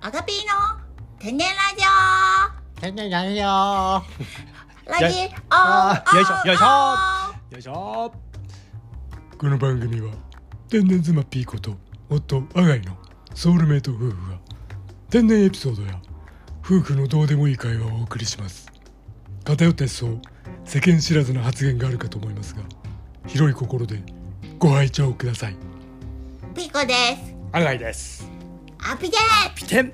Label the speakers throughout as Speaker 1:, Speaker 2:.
Speaker 1: アガピーの天然ラジ
Speaker 2: 天然ラジオ
Speaker 1: オラジ
Speaker 2: あ
Speaker 1: オ
Speaker 2: よいしょよいしょ
Speaker 1: は
Speaker 2: よいしょ
Speaker 3: この番組は天然妻ピーコと夫アガイのソウルメイト夫婦が天然エピソードや夫婦のどうでもいい会話をお送りします偏った思想世間知らずな発言があるかと思いますが広い心でご拝聴ください
Speaker 1: ピコです
Speaker 2: アガイです
Speaker 1: アピで
Speaker 2: ピテン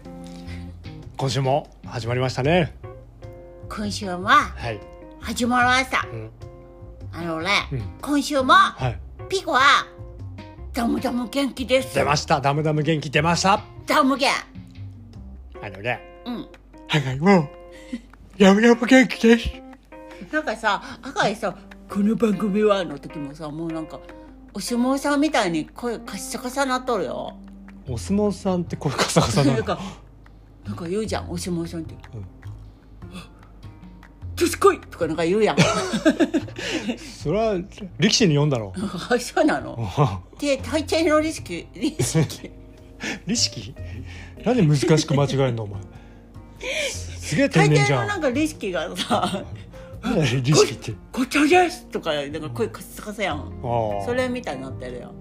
Speaker 2: 今週も始まりましたね
Speaker 1: す今週は
Speaker 2: はい
Speaker 1: 始まりました
Speaker 2: うん
Speaker 1: あのね、
Speaker 2: うん
Speaker 1: 今週も
Speaker 2: はい
Speaker 1: ピコはダムダム元気です
Speaker 2: 出ましたダムダム元気出ました
Speaker 1: ダム元
Speaker 2: あのね
Speaker 1: うん
Speaker 3: アガイもやむやむ元気です
Speaker 1: なんかさ赤井さこの番組はの時もさもうなんかお相撲さんみたいに声カッサカサなっとるよ
Speaker 2: お相撲さんってこれカサカ サな
Speaker 1: なん
Speaker 2: の
Speaker 1: かなんか言うじゃんお相撲さんって
Speaker 2: うん
Speaker 1: 「女子来い!」とかなんか言うやん
Speaker 2: それは力士に読んだ ろ
Speaker 1: あそうなので大抵のリスキリスキ
Speaker 2: 力士なんで難しく間違えるのお 前すげえ
Speaker 1: 大
Speaker 2: 天然
Speaker 1: 抵
Speaker 2: じゃ
Speaker 1: の
Speaker 2: ん
Speaker 1: なんかリスキがさ
Speaker 2: なんだ よ力士って
Speaker 1: 「こちらです!」とかなんか声カッサカサやん
Speaker 2: ああ
Speaker 1: それみたいになってるよ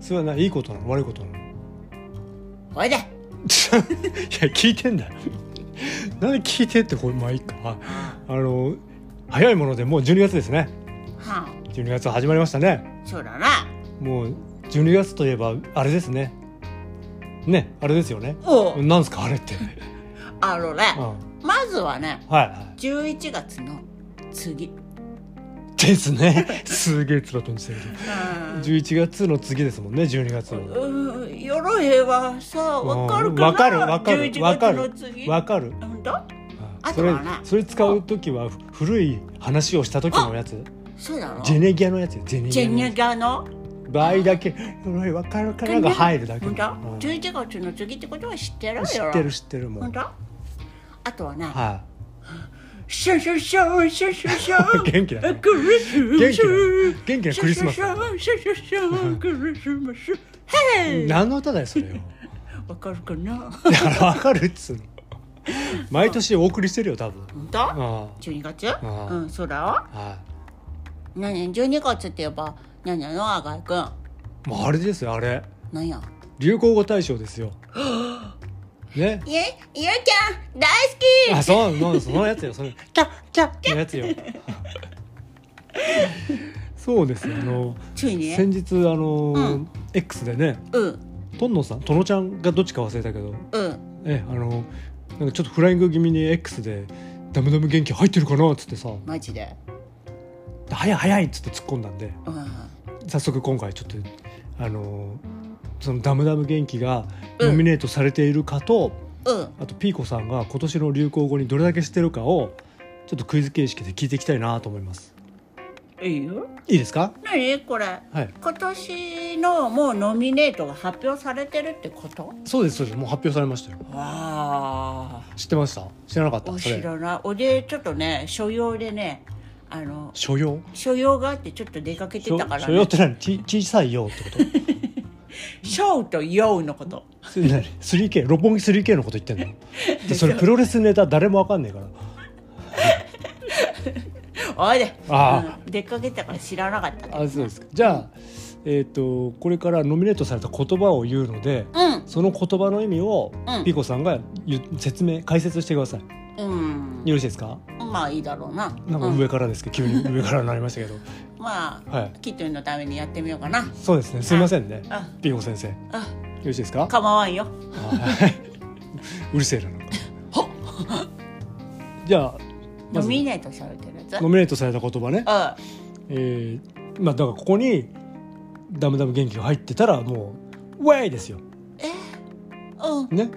Speaker 2: それはないいことなの悪いことなのい
Speaker 1: これで
Speaker 2: や聞いてんだよなんで聞いてってこれまあいいか
Speaker 1: は
Speaker 2: あの早いものでもう12月ですね
Speaker 1: あ
Speaker 2: 12月始まりましたね
Speaker 1: そうだな
Speaker 2: もう12月といえばあれですねねあれですよね
Speaker 1: おう
Speaker 2: なんですかあ れって、
Speaker 1: あの
Speaker 2: うん、
Speaker 1: ね
Speaker 2: はい
Speaker 1: まずはね
Speaker 2: は
Speaker 1: 11月の次
Speaker 2: いですねすげえつばとんじてるけど
Speaker 1: うん
Speaker 2: 11月の次ですもんね12月の
Speaker 1: うん鎧はさわかるかな
Speaker 2: わかるわかるわか
Speaker 1: 11月の
Speaker 2: る
Speaker 1: 次
Speaker 2: わかる
Speaker 1: 本当
Speaker 2: うん
Speaker 1: あ
Speaker 2: そ
Speaker 1: と
Speaker 2: れ
Speaker 1: はな
Speaker 2: それ使う時は古い話をした時のやつ
Speaker 1: そうだろ
Speaker 2: ジェネギアのやつよジェネ
Speaker 1: ジ
Speaker 2: ギ
Speaker 1: ェ
Speaker 2: アの
Speaker 1: ニ
Speaker 2: や
Speaker 1: ャ
Speaker 2: つ
Speaker 1: ガの
Speaker 2: 倍だけ「鎧わかるかな」が入るだけ
Speaker 1: 本当
Speaker 2: うん知っ
Speaker 1: 11月の次ってことは知ってるよ
Speaker 2: てる知ってるも
Speaker 1: 本
Speaker 2: ん
Speaker 1: 当あとはね
Speaker 2: は
Speaker 1: シャシャシャシャシャシャ
Speaker 2: 元気だね
Speaker 1: クリスマス
Speaker 2: 元気だね元気なクリスマス
Speaker 1: シャ
Speaker 2: だ
Speaker 1: シャシャシャシャシャクリスマスヘイ
Speaker 2: 何の歌だよそれよ
Speaker 1: わかるかな
Speaker 2: だからわかるっつうの毎年お送りしてるよ多分
Speaker 1: 本当
Speaker 2: あ
Speaker 1: 12月
Speaker 2: ん
Speaker 1: うんそうだよ
Speaker 2: あは
Speaker 1: 何12月って言えば何やのあがいくん
Speaker 2: いもうあれですよあれ
Speaker 1: 何や
Speaker 2: 流行語大賞で すよね
Speaker 1: ゆゆうちゃん大好
Speaker 2: あそうそうそのやつよその
Speaker 1: きキャッキャッキャ
Speaker 2: のやつよ そうですよあの
Speaker 1: ついに
Speaker 2: 先日あの、
Speaker 1: うん
Speaker 2: X でね
Speaker 1: うん
Speaker 2: とんのさんとのちゃんがどっちか忘れたけど
Speaker 1: うん
Speaker 2: えあのなんかちょっとフライング気味に X で「ダムダム元気入ってるかな?」っつってさ
Speaker 1: マジで
Speaker 2: 「早い早い」っつって突っ込んだんで
Speaker 1: うん
Speaker 2: 早速今回ちょっとあのその「ダムダム元気」が
Speaker 1: うん
Speaker 2: ノミネートされているかと、
Speaker 1: うん
Speaker 2: あとピーコさんが今年の流行語にどれだけしてるかをちょっとクイズ形式で聞いていきたいなと思います
Speaker 1: いいよ
Speaker 2: いいですか
Speaker 1: 何これ
Speaker 2: はい
Speaker 1: 今年のもうノミネートが発表されてるってこと
Speaker 2: そうですそうですもう発表されましたよ
Speaker 1: わ
Speaker 2: 知ってました知らなかっ
Speaker 1: あ
Speaker 2: た
Speaker 1: お
Speaker 2: そ
Speaker 1: 知
Speaker 2: れ
Speaker 1: らないおでちょっとね所用でねあの
Speaker 2: 所用
Speaker 1: 所用があってちょっと出かけて
Speaker 2: 所
Speaker 1: たから、
Speaker 2: 所用
Speaker 1: ね
Speaker 2: っ、て何ち小さい用ってこと
Speaker 1: 小と用のこと
Speaker 2: それ何 3K 六本木 3K のこと言ってんの でそれプロレスネタ誰もわかんねえから
Speaker 1: おいで
Speaker 2: あ
Speaker 1: うん出かけたから知らなかった
Speaker 2: あそうですかじゃあ、えっ、とこれからノミネートされた言葉を言うので
Speaker 1: うん
Speaker 2: その言葉の意味を
Speaker 1: うん
Speaker 2: ピコさんがゆ説明解説してください、
Speaker 1: うん
Speaker 2: よろしいですか
Speaker 1: まあいいだろうな
Speaker 2: なんか
Speaker 1: うん
Speaker 2: 上からですけど、急に上からになりまし たけど
Speaker 1: まあ、
Speaker 2: はい
Speaker 1: キットゥンのためにやってみようかな
Speaker 2: そうですねすいませんね
Speaker 1: あ
Speaker 2: ピコ先生よ
Speaker 1: あ
Speaker 2: ろしいですか
Speaker 1: 構わんよ
Speaker 2: はい うるせえ ななんかじゃあま
Speaker 1: ノ
Speaker 2: ず
Speaker 1: ミネートされてるやつ
Speaker 2: ノミネートされた言葉ね
Speaker 1: あ
Speaker 2: えー、まあだからここに「ダムダム元気」が入ってたらもう「ウェイ!」です
Speaker 1: う
Speaker 2: よ。
Speaker 1: んうん
Speaker 2: ね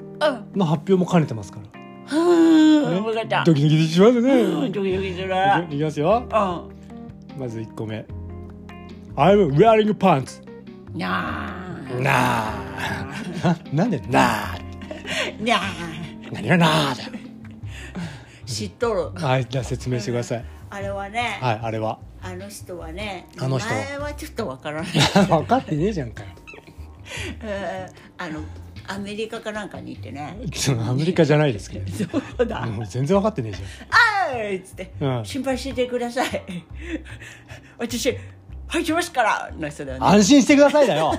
Speaker 2: の発表も兼ねてますから。
Speaker 1: うん
Speaker 2: ね
Speaker 1: 分かった
Speaker 2: ドキドキします
Speaker 1: うん
Speaker 2: ね。
Speaker 1: ドキドキする
Speaker 2: いきいきますよ。
Speaker 1: う
Speaker 2: まず1個目。I'm wearing pants.
Speaker 1: んにゃー
Speaker 2: なあ。 ななんでなあ。
Speaker 1: にゃ
Speaker 2: 何がなあだよ。
Speaker 1: ー知っとる
Speaker 2: はい、じゃあ説明してください。
Speaker 1: あれはね、
Speaker 2: はい、あれは。
Speaker 1: あの人はね
Speaker 2: あの人は
Speaker 1: 名前はちょっとわからない
Speaker 2: 分かってねえじゃんかよ。
Speaker 1: えーあのアメリカかなんかに行ってね
Speaker 2: そのアメリカじゃないですけどね
Speaker 1: そうだ
Speaker 2: もう全然分かってねえじ
Speaker 1: 「あーい!」っつって
Speaker 2: ゃん、
Speaker 1: 「
Speaker 2: うん、
Speaker 1: 心配しててください 私入ってますから」の人だよね
Speaker 2: 安心してください だよ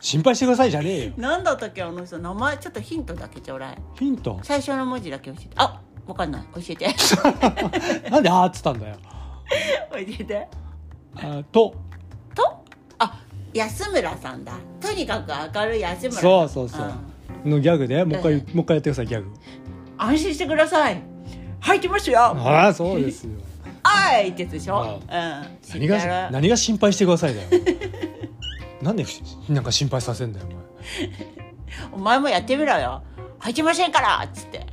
Speaker 2: 心配してくださいじゃねえよ
Speaker 1: なんだったっけあの人名前ちょっとヒントだけちょうだい
Speaker 2: ヒント
Speaker 1: 最初の文字だけ教えてあわかんない教え て教
Speaker 2: なんであーっつったんだよ
Speaker 1: えて
Speaker 2: あと
Speaker 1: とあ安村さんだとにかく明るい安村さん
Speaker 2: そうそうそうんのギャグでもう一回、
Speaker 1: うん
Speaker 2: もう一回やってくださいギャグ
Speaker 1: 安心してください入ってますよ
Speaker 2: ああそうですよ
Speaker 1: あいってやつでしょ、
Speaker 2: あ
Speaker 1: うん知って
Speaker 2: 何
Speaker 1: や
Speaker 2: が
Speaker 1: る
Speaker 2: 何が心配してくだ さいだよなんでなんか心配させんだよ
Speaker 1: お前もやってみろよ入ってませんからっつって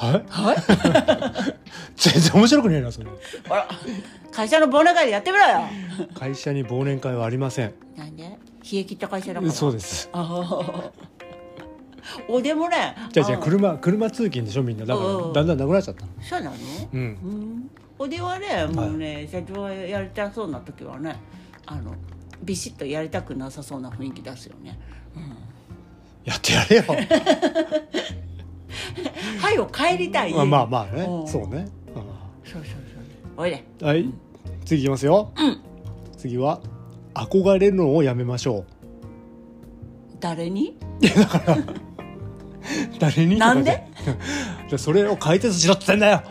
Speaker 2: お前はい 全然面白くねえなそれ
Speaker 1: ほら会社の忘年会でやってみろよ
Speaker 2: 会社に忘年会はありません
Speaker 1: なんで冷え切った会社だから
Speaker 2: そうですす
Speaker 1: あーおでもね
Speaker 2: じゃあじゃあ
Speaker 1: の
Speaker 2: 車車通勤でしょみんなだか
Speaker 1: うんう
Speaker 2: ら
Speaker 1: ん
Speaker 2: だんだんなくなっちゃった
Speaker 1: そうなの
Speaker 2: うん
Speaker 1: うんおではねもうね、社長がやりたそうな時はねあのビシッとやりたくなさそうな雰囲気出すよね
Speaker 2: やってやれ よ
Speaker 1: はいを帰りたい
Speaker 2: まあまあまあね
Speaker 1: うん
Speaker 2: そうね
Speaker 1: そうそうそうおいで
Speaker 2: うんはい次いきますよ次は憧れるのをやめましょ
Speaker 1: 誰に
Speaker 2: う誰にと
Speaker 1: な
Speaker 2: かじゃ
Speaker 1: んで
Speaker 2: じゃあそれを解説しろって言ってんだよ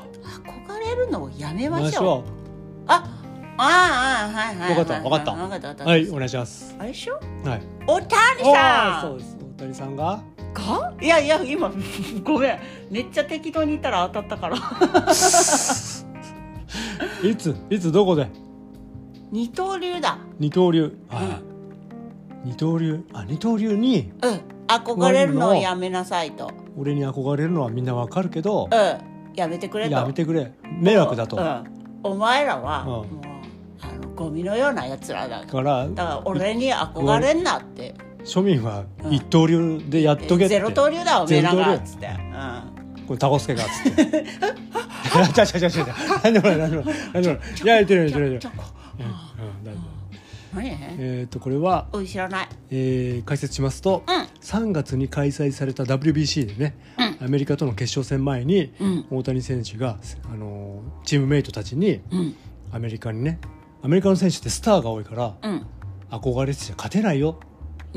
Speaker 1: 憧れるのをやめ
Speaker 2: や
Speaker 1: ま
Speaker 2: めま
Speaker 1: し
Speaker 2: し
Speaker 1: ょう
Speaker 2: ょ
Speaker 1: ああああはいはいはい
Speaker 2: わかったわかった
Speaker 1: わかったわか
Speaker 2: う
Speaker 1: った
Speaker 2: はいお願いします
Speaker 1: あれでしょ
Speaker 2: はい
Speaker 1: お谷
Speaker 2: ああ
Speaker 1: さ
Speaker 2: そうんです大谷さんが
Speaker 1: かいやいや今ごめんめっちゃ適当に言ったら当たったから
Speaker 2: いついつどこで
Speaker 1: 二刀流だ
Speaker 2: 二刀流はい二刀流あ二刀流に
Speaker 1: うん憧れるのをやめなさいと
Speaker 2: 俺に憧れるのはみんなわかるけど
Speaker 1: うんやめてくれと
Speaker 2: やめてくれ迷惑だと
Speaker 1: う
Speaker 2: だ
Speaker 1: ん、お前らは、
Speaker 2: うん
Speaker 1: もうあのゴミのようなやつらだだか
Speaker 2: から
Speaker 1: ら俺に憧れんなって
Speaker 2: 庶民は一刀流でやっとけって
Speaker 1: ゼロ刀流だおめえら
Speaker 2: ゼロ
Speaker 1: が
Speaker 2: 刀流
Speaker 1: つって、うん、
Speaker 2: これタコスケがっつっていやちゃちゃちゃちゃちゃ何でもない何でもない何でもないいや言ってる言ってる言って
Speaker 1: ちょ
Speaker 2: る
Speaker 1: こ
Speaker 2: うんうん大丈夫
Speaker 1: 何
Speaker 2: えっとこれは
Speaker 1: おい知らない
Speaker 2: えー解説しますと、
Speaker 1: うん
Speaker 2: 3月に開催された WBC でね、アメリカとの決勝戦前に、
Speaker 1: うん
Speaker 2: 大谷選手が、あのーチームメイトたちに
Speaker 1: うん
Speaker 2: アメリカにねアメリカの選手ってスターが多いから
Speaker 1: う
Speaker 2: 憧れてちゃ勝てないよ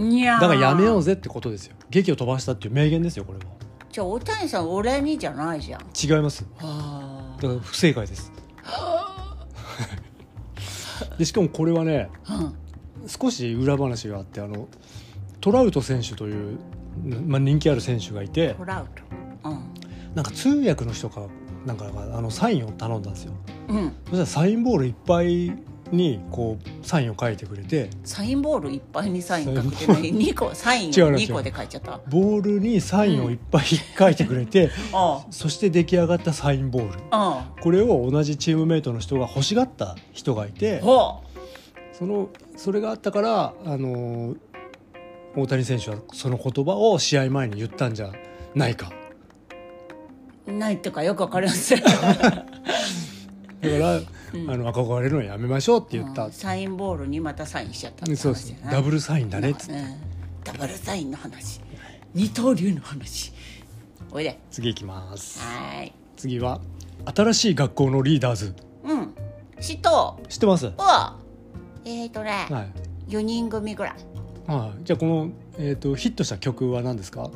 Speaker 1: んにゃ
Speaker 2: だからやめよう
Speaker 1: ぜ
Speaker 2: ぜってことですよ劇を飛ばしたっていう名言ですよこれは
Speaker 1: じゃあ大谷さん俺にじゃないじゃん
Speaker 2: 違います
Speaker 1: は
Speaker 2: だから不正解です でしかもこれはね
Speaker 1: あ、うん、
Speaker 2: 少し裏話があってあのトラウト選手という、まあ、人気ある選手がいて
Speaker 1: トラウトうん
Speaker 2: なんか通訳の人かなんかがあのサインを頼んだんですよ
Speaker 1: うん、
Speaker 2: そしたらサインボールいっぱいにこうサインを書いてくれて
Speaker 1: サインボールいっぱいにサイン書くてない2個サイン
Speaker 2: 違う
Speaker 1: を
Speaker 2: な
Speaker 1: 2個で書いちゃったあ
Speaker 2: ボールにサインをいっぱい書いてくれて、
Speaker 1: あ
Speaker 2: そして出来上がったサインボール
Speaker 1: あ
Speaker 2: これを同じチームメイトの人が欲しがった人がいて
Speaker 1: ほ
Speaker 2: そのそれがあったから、あのー大谷選手はその言葉を試合前に言ったんじゃないか
Speaker 1: うないっていうかよくわかりません
Speaker 2: だから、あの憧れるのやめましょうって言った、
Speaker 1: うんサインボールにまたサインしちゃったって話
Speaker 2: そうです
Speaker 1: だよね
Speaker 2: ダブルサインだねっつって、
Speaker 1: うんダブルサインの話二刀流の話おいで
Speaker 2: 次いきます
Speaker 1: はーい
Speaker 2: 次は新しい学校のリーダーズ
Speaker 1: うん死と
Speaker 2: 知ってますは
Speaker 1: はえーとね
Speaker 2: い、はい、
Speaker 1: 四人組ぐらい
Speaker 2: じゃあこの、えー、とヒットした曲は何ですか
Speaker 1: ど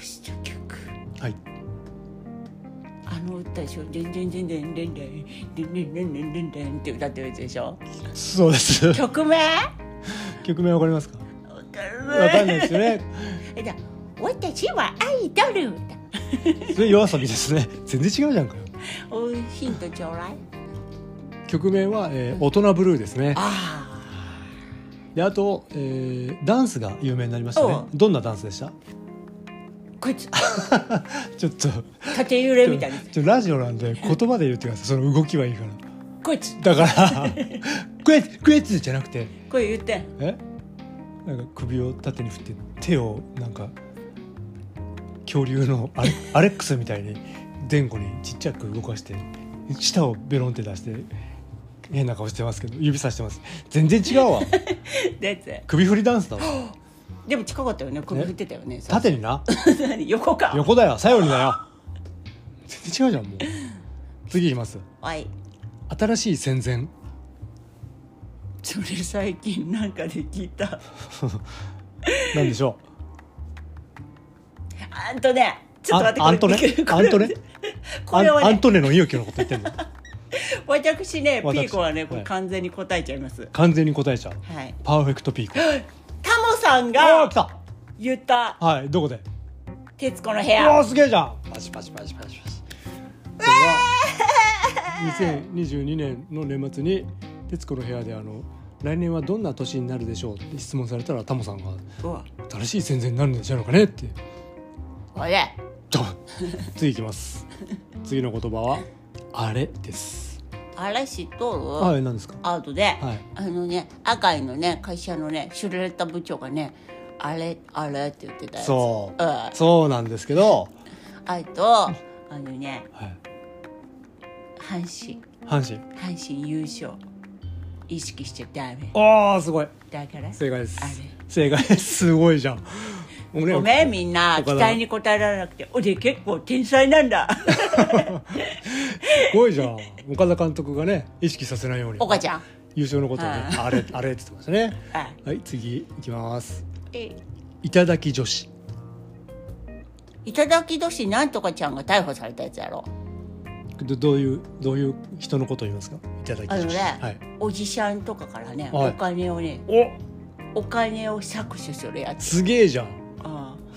Speaker 1: うした曲
Speaker 2: はい
Speaker 1: あの歌でしょ「でんでんでんでんでんでんでんでんでんでんでんでん」って歌ってるやつでし ょ
Speaker 2: そうです
Speaker 1: 曲名
Speaker 2: 曲名わかりますか
Speaker 1: わかる
Speaker 2: わかんないですよね
Speaker 1: えじゃあ私はアイドルだ
Speaker 2: それ夜遊びですね全然違うじゃんかよ
Speaker 1: おいヒントちょうだい
Speaker 2: 曲名は、えー大人ブルー」ですね
Speaker 1: あ
Speaker 2: であと、えーダンスが有名になりましたね
Speaker 1: う
Speaker 2: どんなダンスでした
Speaker 1: あこいつ
Speaker 2: ちょっと
Speaker 1: 縦揺れみたいな
Speaker 2: ちょラジオなんで言葉で言ってくださいその動きはいいから
Speaker 1: こいつ
Speaker 2: だ から「クエックエッツ」じゃなくて
Speaker 1: これ言ってん
Speaker 2: えなんか首を縦に振って手をなんか恐竜のアレアレックスみたいに前後にちっちゃく動かして舌をベロンって出して変な顔してますけど指さしてます全然違うわ
Speaker 1: だやつ
Speaker 2: 首振りダンスだわ
Speaker 1: でも近かったよね首振ってたよね最初
Speaker 2: 縦にな
Speaker 1: 何横か
Speaker 2: 横だよ左右にだよ全然違うじゃんもう次いきます
Speaker 1: はい
Speaker 2: 新しい戦前
Speaker 1: それ最近なんかで聞いた
Speaker 2: なんでしょ
Speaker 1: あんとね ち
Speaker 2: う
Speaker 1: ょっと待って
Speaker 2: あアントネ
Speaker 1: びっくり
Speaker 2: アントネ
Speaker 1: こ
Speaker 2: ア
Speaker 1: れ
Speaker 2: ン
Speaker 1: はね
Speaker 2: アントネの猪木のこと言ってんの
Speaker 1: 私ねピ
Speaker 2: 私
Speaker 1: ーコはねこれ
Speaker 2: はい
Speaker 1: 完全に答えちゃいます
Speaker 2: 完全に答えちゃう
Speaker 1: はい
Speaker 2: パーフェク トピーコ
Speaker 1: タモさん
Speaker 2: ああ
Speaker 1: が
Speaker 2: 来た
Speaker 1: 言った
Speaker 2: はいどこで
Speaker 1: 「徹子の部
Speaker 2: うわ
Speaker 1: 屋
Speaker 2: あすげえじゃんパチパチパチパチパチこれは2022年の年末に『徹子の部屋』であの「来年はどんな年になるでしょう?」って質問されたらタモさんが」
Speaker 1: うわ
Speaker 2: 「新しい戦前になるんじゃないのかね?」って
Speaker 1: これ
Speaker 2: ドン次い きます次の言葉は「あれ」です
Speaker 1: 嵐と、
Speaker 2: はい何ですか
Speaker 1: アウトで、
Speaker 2: はい
Speaker 1: あのね赤井のね会社のねシュレッタ部長がねあれあれって言ってたやつ、
Speaker 2: そううんそうなんですけど、
Speaker 1: あとあのね
Speaker 2: はい、
Speaker 1: 阪神
Speaker 2: 阪神
Speaker 1: 阪神優勝意識しちゃダメ
Speaker 2: ああすごい
Speaker 1: だから
Speaker 2: 正解です
Speaker 1: あれ
Speaker 2: 正解ですすごいじゃん俺
Speaker 1: ごめんみんな
Speaker 2: 岡
Speaker 1: 期
Speaker 2: 田
Speaker 1: 待に応えられなくて俺結構天才なんだ
Speaker 2: すごいじゃん岡田監督がね意識させないように
Speaker 1: 岡ちゃん
Speaker 2: 優勝のことをね
Speaker 1: はい
Speaker 2: あれあれって言ってましたね
Speaker 1: は
Speaker 2: はい次いきます
Speaker 1: い
Speaker 2: いただき女子
Speaker 1: いただき年なんとかちゃんが逮捕されたやつやろ
Speaker 2: どどういうどういう人のことを言いますかいただき
Speaker 1: あの
Speaker 2: 女
Speaker 1: ね
Speaker 2: 子、はい
Speaker 1: おじさんとかからね、
Speaker 2: はい
Speaker 1: お金をね
Speaker 2: お
Speaker 1: お金を搾取するやつ、
Speaker 2: すげえじゃん
Speaker 1: う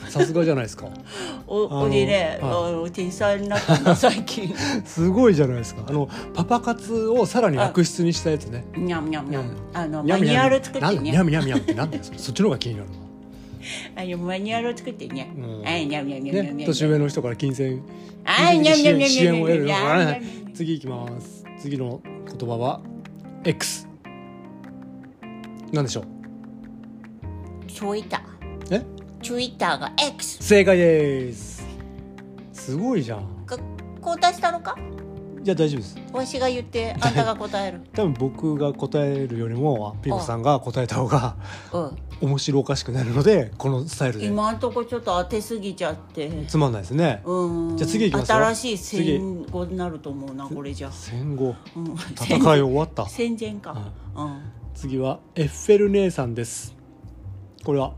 Speaker 1: ん
Speaker 2: さすがじゃないですかあの
Speaker 1: お俺ね、
Speaker 2: は
Speaker 1: あの天才になったんだ最近
Speaker 2: すごいじゃないですかあのパパ活をさらに悪質にしたやつね
Speaker 1: にゃんにゃんにゃ
Speaker 2: うんん
Speaker 1: あの
Speaker 2: にゃ
Speaker 1: マ
Speaker 2: み
Speaker 1: ニ
Speaker 2: に
Speaker 1: ュ
Speaker 2: ゃ
Speaker 1: ア
Speaker 2: み
Speaker 1: ル作って
Speaker 2: なんに
Speaker 1: ね
Speaker 2: ゃみにゃみにゃみってなんだよそれそっちの方が気になるの
Speaker 1: あのマニュアルを作ってね
Speaker 2: うん
Speaker 1: はいにゃんにゃんにゃんにゃんにゃ
Speaker 2: ね
Speaker 1: ん
Speaker 2: 年上の人から金銭
Speaker 1: はいにゃんにゃんにゃんにゃん
Speaker 2: 支援を得る
Speaker 1: にゃんにゃんにゃんにゃん
Speaker 2: 次いきます次の言葉は X なんでしょう
Speaker 1: ツイッター
Speaker 2: え
Speaker 1: ツイッターが X
Speaker 2: 正解ですすごいじゃん
Speaker 1: が交代したのか
Speaker 2: いや大丈夫です
Speaker 1: わしが言ってあんたが答え る
Speaker 2: 多分僕が答えるよりもピンコさんが答えた方が
Speaker 1: うん
Speaker 2: 面白おかしくなるのでこのスタイルで
Speaker 1: 今んとこちょっと当てすぎちゃって
Speaker 2: つまんないですね
Speaker 1: うん
Speaker 2: じゃあ次行きますよ
Speaker 1: 新しい戦後になると思うなこれじゃ、
Speaker 2: 戦後
Speaker 1: うん、
Speaker 2: 戦い終わった
Speaker 1: 戦前か、
Speaker 2: はい
Speaker 1: うん、
Speaker 2: 次はエッフェル姉さんですこれは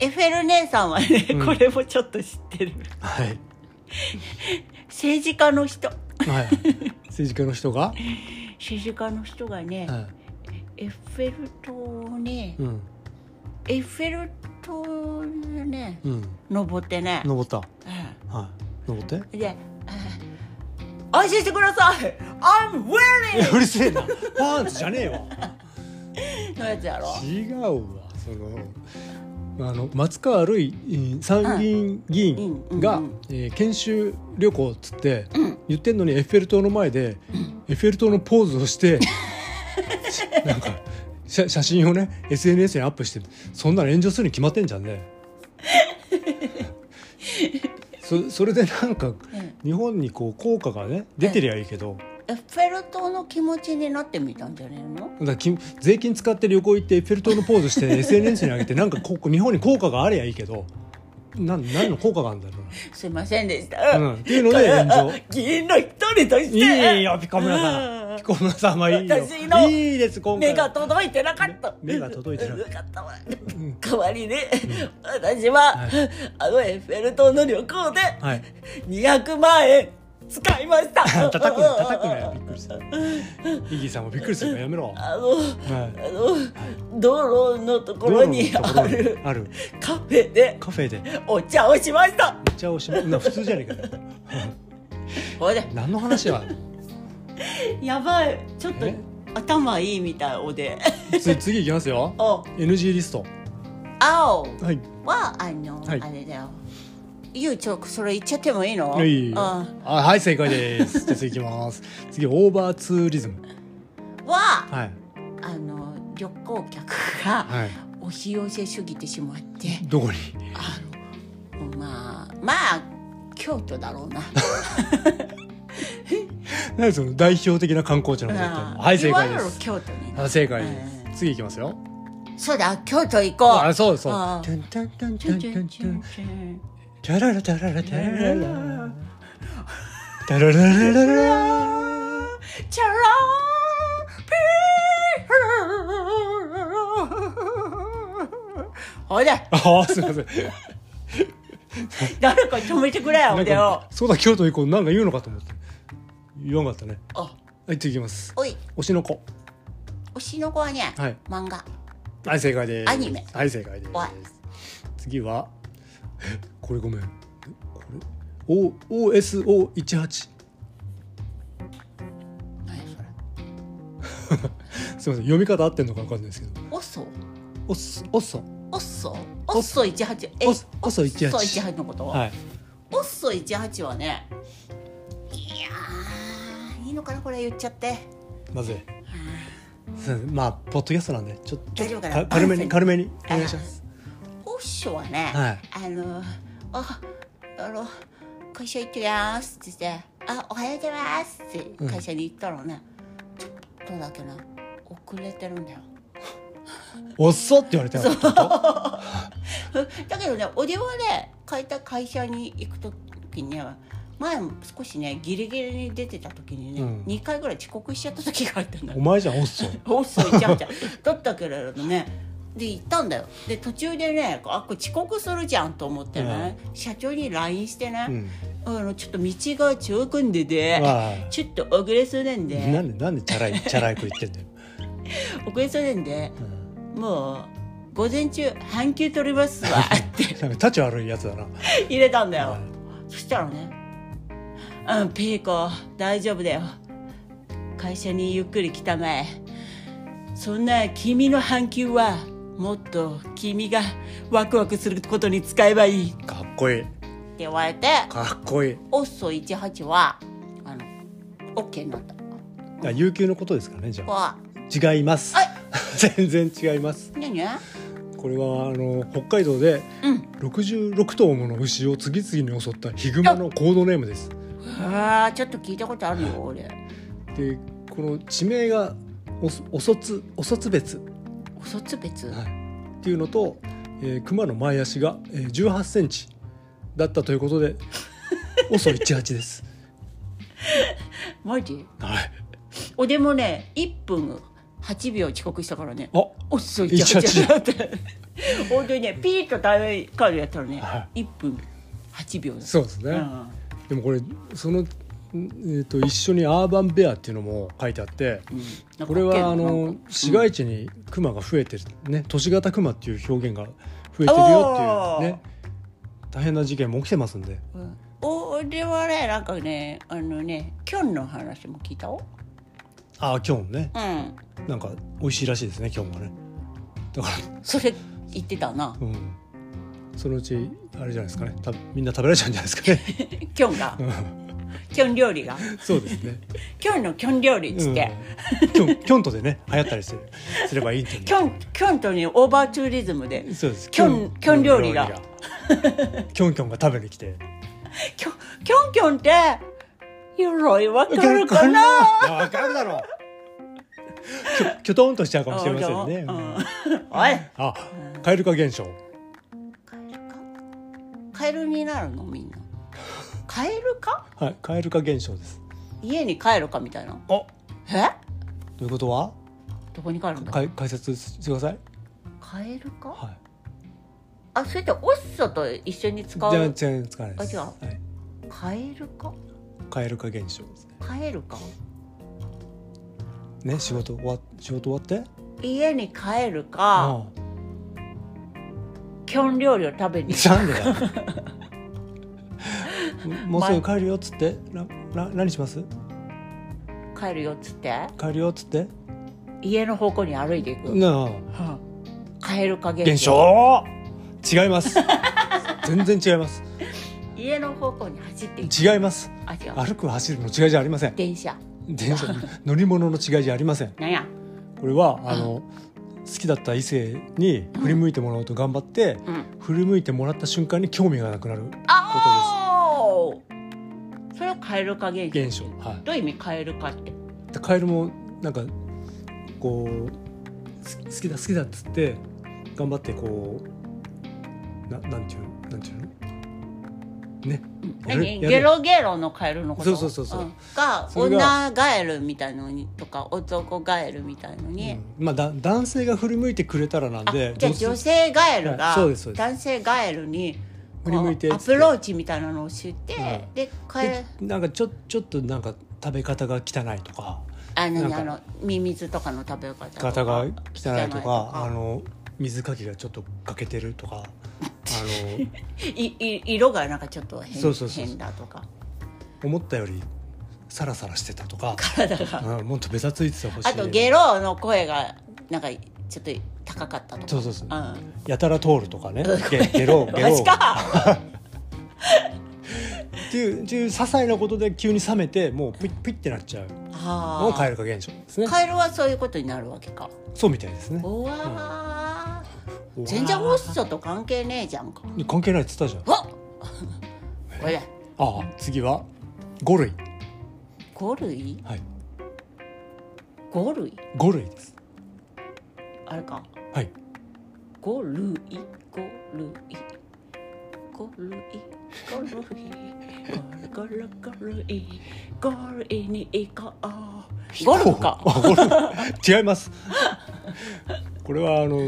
Speaker 1: エッフェル姉さんはね、
Speaker 2: うん
Speaker 1: これもちょっと知ってる
Speaker 2: はい
Speaker 1: 政治家の人
Speaker 2: はい政治家の人が、
Speaker 1: 政治家の人がね、
Speaker 2: は
Speaker 1: エッフェル塔をね、
Speaker 2: い、うん
Speaker 1: エッフェル塔をね
Speaker 2: うん
Speaker 1: 登ってね、
Speaker 2: 登った
Speaker 1: う
Speaker 2: はい登って
Speaker 1: んで 「安心してください I'm
Speaker 2: え
Speaker 1: willing!」
Speaker 2: うるせえなパンツじゃねえわ
Speaker 1: のやつやろ
Speaker 2: 違うわそのあの松川るいえー参議院議員が、
Speaker 1: うんうんうん
Speaker 2: えー研修旅行っつって、言ってんのにエッフェル塔の前で、エッフェル塔のポーズをして なんか写写真をね SNS にアップしてそんなの炎上するに決まってんじゃん ねそそれでなんか、日本にこう効果がね出てりゃいいけど、
Speaker 1: エッフェル塔の気持ちになってみたんじゃねえの
Speaker 2: だからき税金使って旅行行ってエッフェル塔のポーズして SNS に上げてなんかこ日本に効果がありゃいいけどなん何の効果があるんだろ
Speaker 1: すいませんでした、
Speaker 2: うんっていうので炎上
Speaker 1: 議員の一人とし
Speaker 2: うな
Speaker 1: て
Speaker 2: いいよピコ村さんピコ村様いいよ
Speaker 1: 私の
Speaker 2: いいです今
Speaker 1: 目
Speaker 2: 回
Speaker 1: が届いてなかった
Speaker 2: 目が届いてなかった
Speaker 1: かったわ代わりに、私は、
Speaker 2: はい
Speaker 1: あのエッフェル塔の旅行で
Speaker 2: はい
Speaker 1: 200万円使いました
Speaker 2: 叩くな叩くなよびっくりしたイギーさんもびっくりするからやめろ、は
Speaker 1: あの
Speaker 2: い、
Speaker 1: あの道路のところに
Speaker 2: 道路のとこ
Speaker 1: あ
Speaker 2: ろに
Speaker 1: る
Speaker 2: ある
Speaker 1: カフェで
Speaker 2: カフェで
Speaker 1: お茶をしました
Speaker 2: お茶をしまな普通じゃねえかよ
Speaker 1: ほいで
Speaker 2: 何の話は
Speaker 1: やばいちょっと
Speaker 2: え
Speaker 1: 頭いいみたいおで
Speaker 2: つ次いきますよ
Speaker 1: お
Speaker 2: NG リスト
Speaker 1: 青
Speaker 2: はい
Speaker 1: はあの、
Speaker 2: はい
Speaker 1: あれだよゆうちょそれ言っちゃってもいいの
Speaker 2: はい、
Speaker 1: うん
Speaker 2: あはい正解ですじゃあ次いきます次オーバーツーリズム
Speaker 1: は
Speaker 2: はい
Speaker 1: あの旅行客が
Speaker 2: はい
Speaker 1: 押し寄せすぎてしまって、
Speaker 2: どこに
Speaker 1: まあまあ京都だろ うな
Speaker 2: 何その代表的な観光地のこと言ってんのはい正解
Speaker 1: いわゆ
Speaker 2: で
Speaker 1: る
Speaker 2: す
Speaker 1: 京都に
Speaker 2: あ正解です、次いきますよ
Speaker 1: そうだ京都行こう
Speaker 2: あそうそう
Speaker 1: あー
Speaker 2: トゥントゥントゥント
Speaker 1: チュ
Speaker 2: ゥ
Speaker 1: ン
Speaker 2: ン
Speaker 1: チ
Speaker 2: ト
Speaker 1: ュ
Speaker 2: ゥ
Speaker 1: ンチュン
Speaker 2: ントゥン
Speaker 1: チュン
Speaker 2: タララタララタラララタララララララ
Speaker 1: チャラーピーほら
Speaker 2: ああすいません
Speaker 1: 誰か止めてくれよ
Speaker 2: なん
Speaker 1: 腕を
Speaker 2: かそうだ京都行こうなんか言うのかと思って言わんかったね
Speaker 1: あ
Speaker 2: はい次いきます
Speaker 1: おい
Speaker 2: 推しの子
Speaker 1: 推しの子はね、
Speaker 2: はい
Speaker 1: 漫画
Speaker 2: はい正解です
Speaker 1: アニメ
Speaker 2: はい正解です
Speaker 1: おい
Speaker 2: 次はえこれごめんえこれ O OSO18
Speaker 1: 何それ
Speaker 2: すいません読み方合ってんのか分かんないですけど
Speaker 1: オッソ
Speaker 2: おっそおっそ
Speaker 1: オッソオッソ18え
Speaker 2: オッオッソ
Speaker 1: オッソ
Speaker 2: 18
Speaker 1: 18のこと、
Speaker 2: はい
Speaker 1: オッソ18はねいやーいいのかなこれ言っちゃって
Speaker 2: まずいすいませんまあポッドキャストなんでちょっと
Speaker 1: 大丈夫かな
Speaker 2: 軽めに軽めに
Speaker 1: あ
Speaker 2: お願いします
Speaker 1: オッショはね、
Speaker 2: はい
Speaker 1: あのああの会社行ってきますって言って「あおはようございます」って会社に行ったらね、ちょっとだけね遅れてるんだよ
Speaker 2: おっそって言われたら
Speaker 1: だけどね俺はね変えた会社に行く時にね前も少しねギリギリに出てた時にね、
Speaker 2: うん
Speaker 1: 2回ぐらい遅刻しちゃった時があったんだ
Speaker 2: お前じゃんおっそ
Speaker 1: 遅いちゃうちゃうだったけれどねで行ったんだよで途中でねあこれ遅刻するじゃんと思ってね、社長に LINE してね、
Speaker 2: うん
Speaker 1: あのちょっと道が中組んでて、
Speaker 2: ああ
Speaker 1: ちょっと遅れそうなん
Speaker 2: な
Speaker 1: で
Speaker 2: んでなんでチャラいチャラい子言ってんだよ
Speaker 1: 遅れそうなんで
Speaker 2: うん
Speaker 1: もう午前中半休取りますわって
Speaker 2: なんか立ち悪いやつだな
Speaker 1: 入れたんだよ、
Speaker 2: はい
Speaker 1: そしたらね「うんピーコ大丈夫だよ会社にゆっくり来たまえそんな君の半球はもっと君がワクワクすることに使えばいい」って
Speaker 2: かっこいい
Speaker 1: 言われて
Speaker 2: かっこいい
Speaker 1: オッソ18はあの OK になった
Speaker 2: あ有給のことですかねじゃ
Speaker 1: わ
Speaker 2: あ違います
Speaker 1: あ
Speaker 2: 全然違います
Speaker 1: 何
Speaker 2: これはあの北海道で
Speaker 1: うん
Speaker 2: 66頭もの牛を次々に襲ったヒグマのコードネームです
Speaker 1: あーちょっと聞いたことあるよ俺
Speaker 2: でこの地名がおそおそつおそつ別、
Speaker 1: おそつ別
Speaker 2: はい、っていうのと、えー、熊の前足が、えー、18センチだったということ でおそ18です
Speaker 1: マジ
Speaker 2: はい
Speaker 1: おでもね1分8秒遅刻したからね
Speaker 2: あ
Speaker 1: 遅い
Speaker 2: い
Speaker 1: じゃん
Speaker 2: ちょち
Speaker 1: って 本当にねピーッとタイムカードやったらね、
Speaker 2: は
Speaker 1: 1分8秒だ
Speaker 2: そうですね、
Speaker 1: うん
Speaker 2: でもこれその、んえー、と一緒にアーバンベアっていうのも書いてあって
Speaker 1: うんなんか
Speaker 2: これは
Speaker 1: な
Speaker 2: あの
Speaker 1: んか
Speaker 2: 市街地にクマが増えてるね都市型クマっていう表現が増えてるよっていうね大変な事件も起きてますんで
Speaker 1: うん俺はねなんかねあのねキョンの話も聞いたお
Speaker 2: ああ今日ね
Speaker 1: うん
Speaker 2: なんか美味しいらしいですね今日もねだから
Speaker 1: それ言ってたな
Speaker 2: うんそのうちあれじゃないですかねたみんな食べられちゃうんじゃないですかね
Speaker 1: キョンがキョン料理が
Speaker 2: そうですね
Speaker 1: キョンのキョン料理っつって、
Speaker 2: うんキョンキョントでね流行ったりするすればいいっていうね
Speaker 1: キョンキョンとねオーバーツーリズムで
Speaker 2: そうです
Speaker 1: キョンキョン料理が
Speaker 2: キョンキョンが食べに来て
Speaker 1: キョンキョンキョンって鎧わかるかな
Speaker 2: わかるだろうきょきょとんとしちゃうかもしれませんね、
Speaker 1: うんおい
Speaker 2: あ蛙化現象
Speaker 1: カエルかカエルになるのみんなカエルか
Speaker 2: はい蛙化現象です
Speaker 1: 家に帰るかみたいな
Speaker 2: お
Speaker 1: え
Speaker 2: ということは
Speaker 1: どこに帰るんだ
Speaker 2: かい解説してください
Speaker 1: カエルか
Speaker 2: はい
Speaker 1: あそれってオッソと一緒に使
Speaker 2: じゃあ
Speaker 1: う
Speaker 2: 全然使わないです
Speaker 1: あ違う
Speaker 2: はい、
Speaker 1: カエルか
Speaker 2: 蛙化現象ですね
Speaker 1: 帰るか
Speaker 2: ね仕事終わ仕事終わって
Speaker 1: 家に帰るかキョン料理を食べに
Speaker 2: うん
Speaker 1: 行
Speaker 2: なんでだよ もうすぐ帰るよっつってなな何します
Speaker 1: く帰るよっつって
Speaker 2: 帰るよっつって
Speaker 1: 家の方向に歩いていく、
Speaker 2: なあ
Speaker 1: はあカエルか現
Speaker 2: 現
Speaker 1: 象
Speaker 2: 象違います全然違います
Speaker 1: 家の方向に走っていく
Speaker 2: 違います
Speaker 1: あ違う
Speaker 2: 歩く走るの違いじゃありません
Speaker 1: 電車
Speaker 2: 電 車乗り物の違いじゃありません
Speaker 1: なんや
Speaker 2: これはあの好きだった異性に振り向いてもらおうと頑張って、
Speaker 1: うん
Speaker 2: 振り向いてもらった瞬間に興味がなくなる
Speaker 1: あおそれはカエルか現象
Speaker 2: 現象は
Speaker 1: どういう意味カエルかって
Speaker 2: いでカエルもなんかこうす好きだ好きだっつって頑張ってこうななんていうなんていうのねやる
Speaker 1: 何
Speaker 2: やる
Speaker 1: ゲロゲロのカエルのこと
Speaker 2: そうそうそうそうん
Speaker 1: が
Speaker 2: それが
Speaker 1: 女ガエルみたいのにとか男ガエルみたいのに、
Speaker 2: うんまあだ男性が振り向いてくれたらなん
Speaker 1: あ
Speaker 2: で
Speaker 1: じゃあ女性ガエル
Speaker 2: は
Speaker 1: が
Speaker 2: いそうですそうです
Speaker 1: 男性ガエルに
Speaker 2: 振り向いて
Speaker 1: こう
Speaker 2: っ
Speaker 1: ア
Speaker 2: つって
Speaker 1: プローチみたいなのを知って、
Speaker 2: うん
Speaker 1: でカエル
Speaker 2: でなんかちょちょっとなんか食べ方が汚いとか
Speaker 1: あの
Speaker 2: なんか
Speaker 1: あのミミズとかの食べ方とか
Speaker 2: 方が汚いとか
Speaker 1: 汚いとか
Speaker 2: あの水かきがちょっと欠けてると かあの
Speaker 1: いい色がなんかちょっと変
Speaker 2: そうそうそうそう
Speaker 1: 変だとか
Speaker 2: 思ったよりサラサラしてたとか
Speaker 1: 体が
Speaker 2: うんもっとべたついててほしい
Speaker 1: あとゲロの声がなんかちょっと高かったとか
Speaker 2: そうそうそうんやたら通るとか ねゲゲロゲ
Speaker 1: マ
Speaker 2: ロ
Speaker 1: ジか
Speaker 2: っていうっていう些細なことで急に冷めてもうピッピッてなっちゃうの
Speaker 1: あ
Speaker 2: が
Speaker 1: ー
Speaker 2: 蛙化現象ですね
Speaker 1: カエルはそういうことになるわけか
Speaker 2: そうみたいですね
Speaker 1: うわ
Speaker 2: う
Speaker 1: ー
Speaker 2: わー
Speaker 1: 全然ホッソと関係ねえじゃんか
Speaker 2: 関係ないっつったじゃん
Speaker 1: わっこれ
Speaker 2: ああ次は5類
Speaker 1: 5類
Speaker 2: はい
Speaker 1: 5類
Speaker 2: 5類です
Speaker 1: あれか
Speaker 2: はい
Speaker 1: 5類5類5類5類ゴルゴルゴルイゴルイに行こうゴルフか
Speaker 2: あゴル違いますこれはあの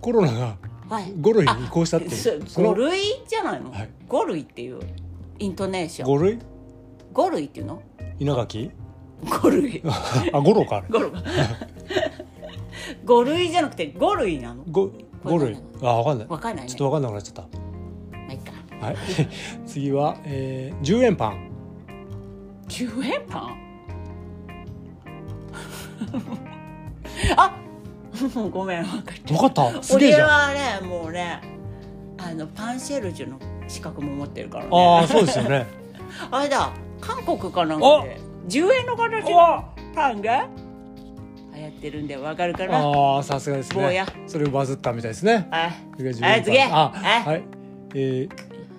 Speaker 2: コロナが
Speaker 1: はい
Speaker 2: 5類に移行したって
Speaker 1: そ
Speaker 2: いうそ
Speaker 1: 五
Speaker 2: の
Speaker 1: 類じゃないの、
Speaker 2: はい
Speaker 1: 五類っていうイントネーション
Speaker 2: 5類
Speaker 1: 五類っていうの
Speaker 2: 稲垣
Speaker 1: 五類
Speaker 2: あ五郎かあれ
Speaker 1: 五類五類じゃなくて五類なの
Speaker 2: ご五類あわかんない
Speaker 1: わかんないね
Speaker 2: ちょっとわかんなくなっちゃっ
Speaker 1: まあいいか
Speaker 2: たはい次は、えー、10円パン
Speaker 1: 10円パンあもうごめん分かった
Speaker 2: わかったすげえ
Speaker 1: 俺
Speaker 2: じゃん
Speaker 1: はねもうねあのパンシェルジュの資格も持ってるからね
Speaker 2: ああそうですよね
Speaker 1: あれだ韓国かなんかで10円の形のパンが流行ってるんでわかるかな
Speaker 2: ああさすがです
Speaker 1: 坊
Speaker 2: ね
Speaker 1: や
Speaker 2: それをバズったみたいですね
Speaker 1: あ
Speaker 2: それが10
Speaker 1: はい
Speaker 2: 円
Speaker 1: 次
Speaker 2: パンあ
Speaker 1: は
Speaker 2: はいいえー、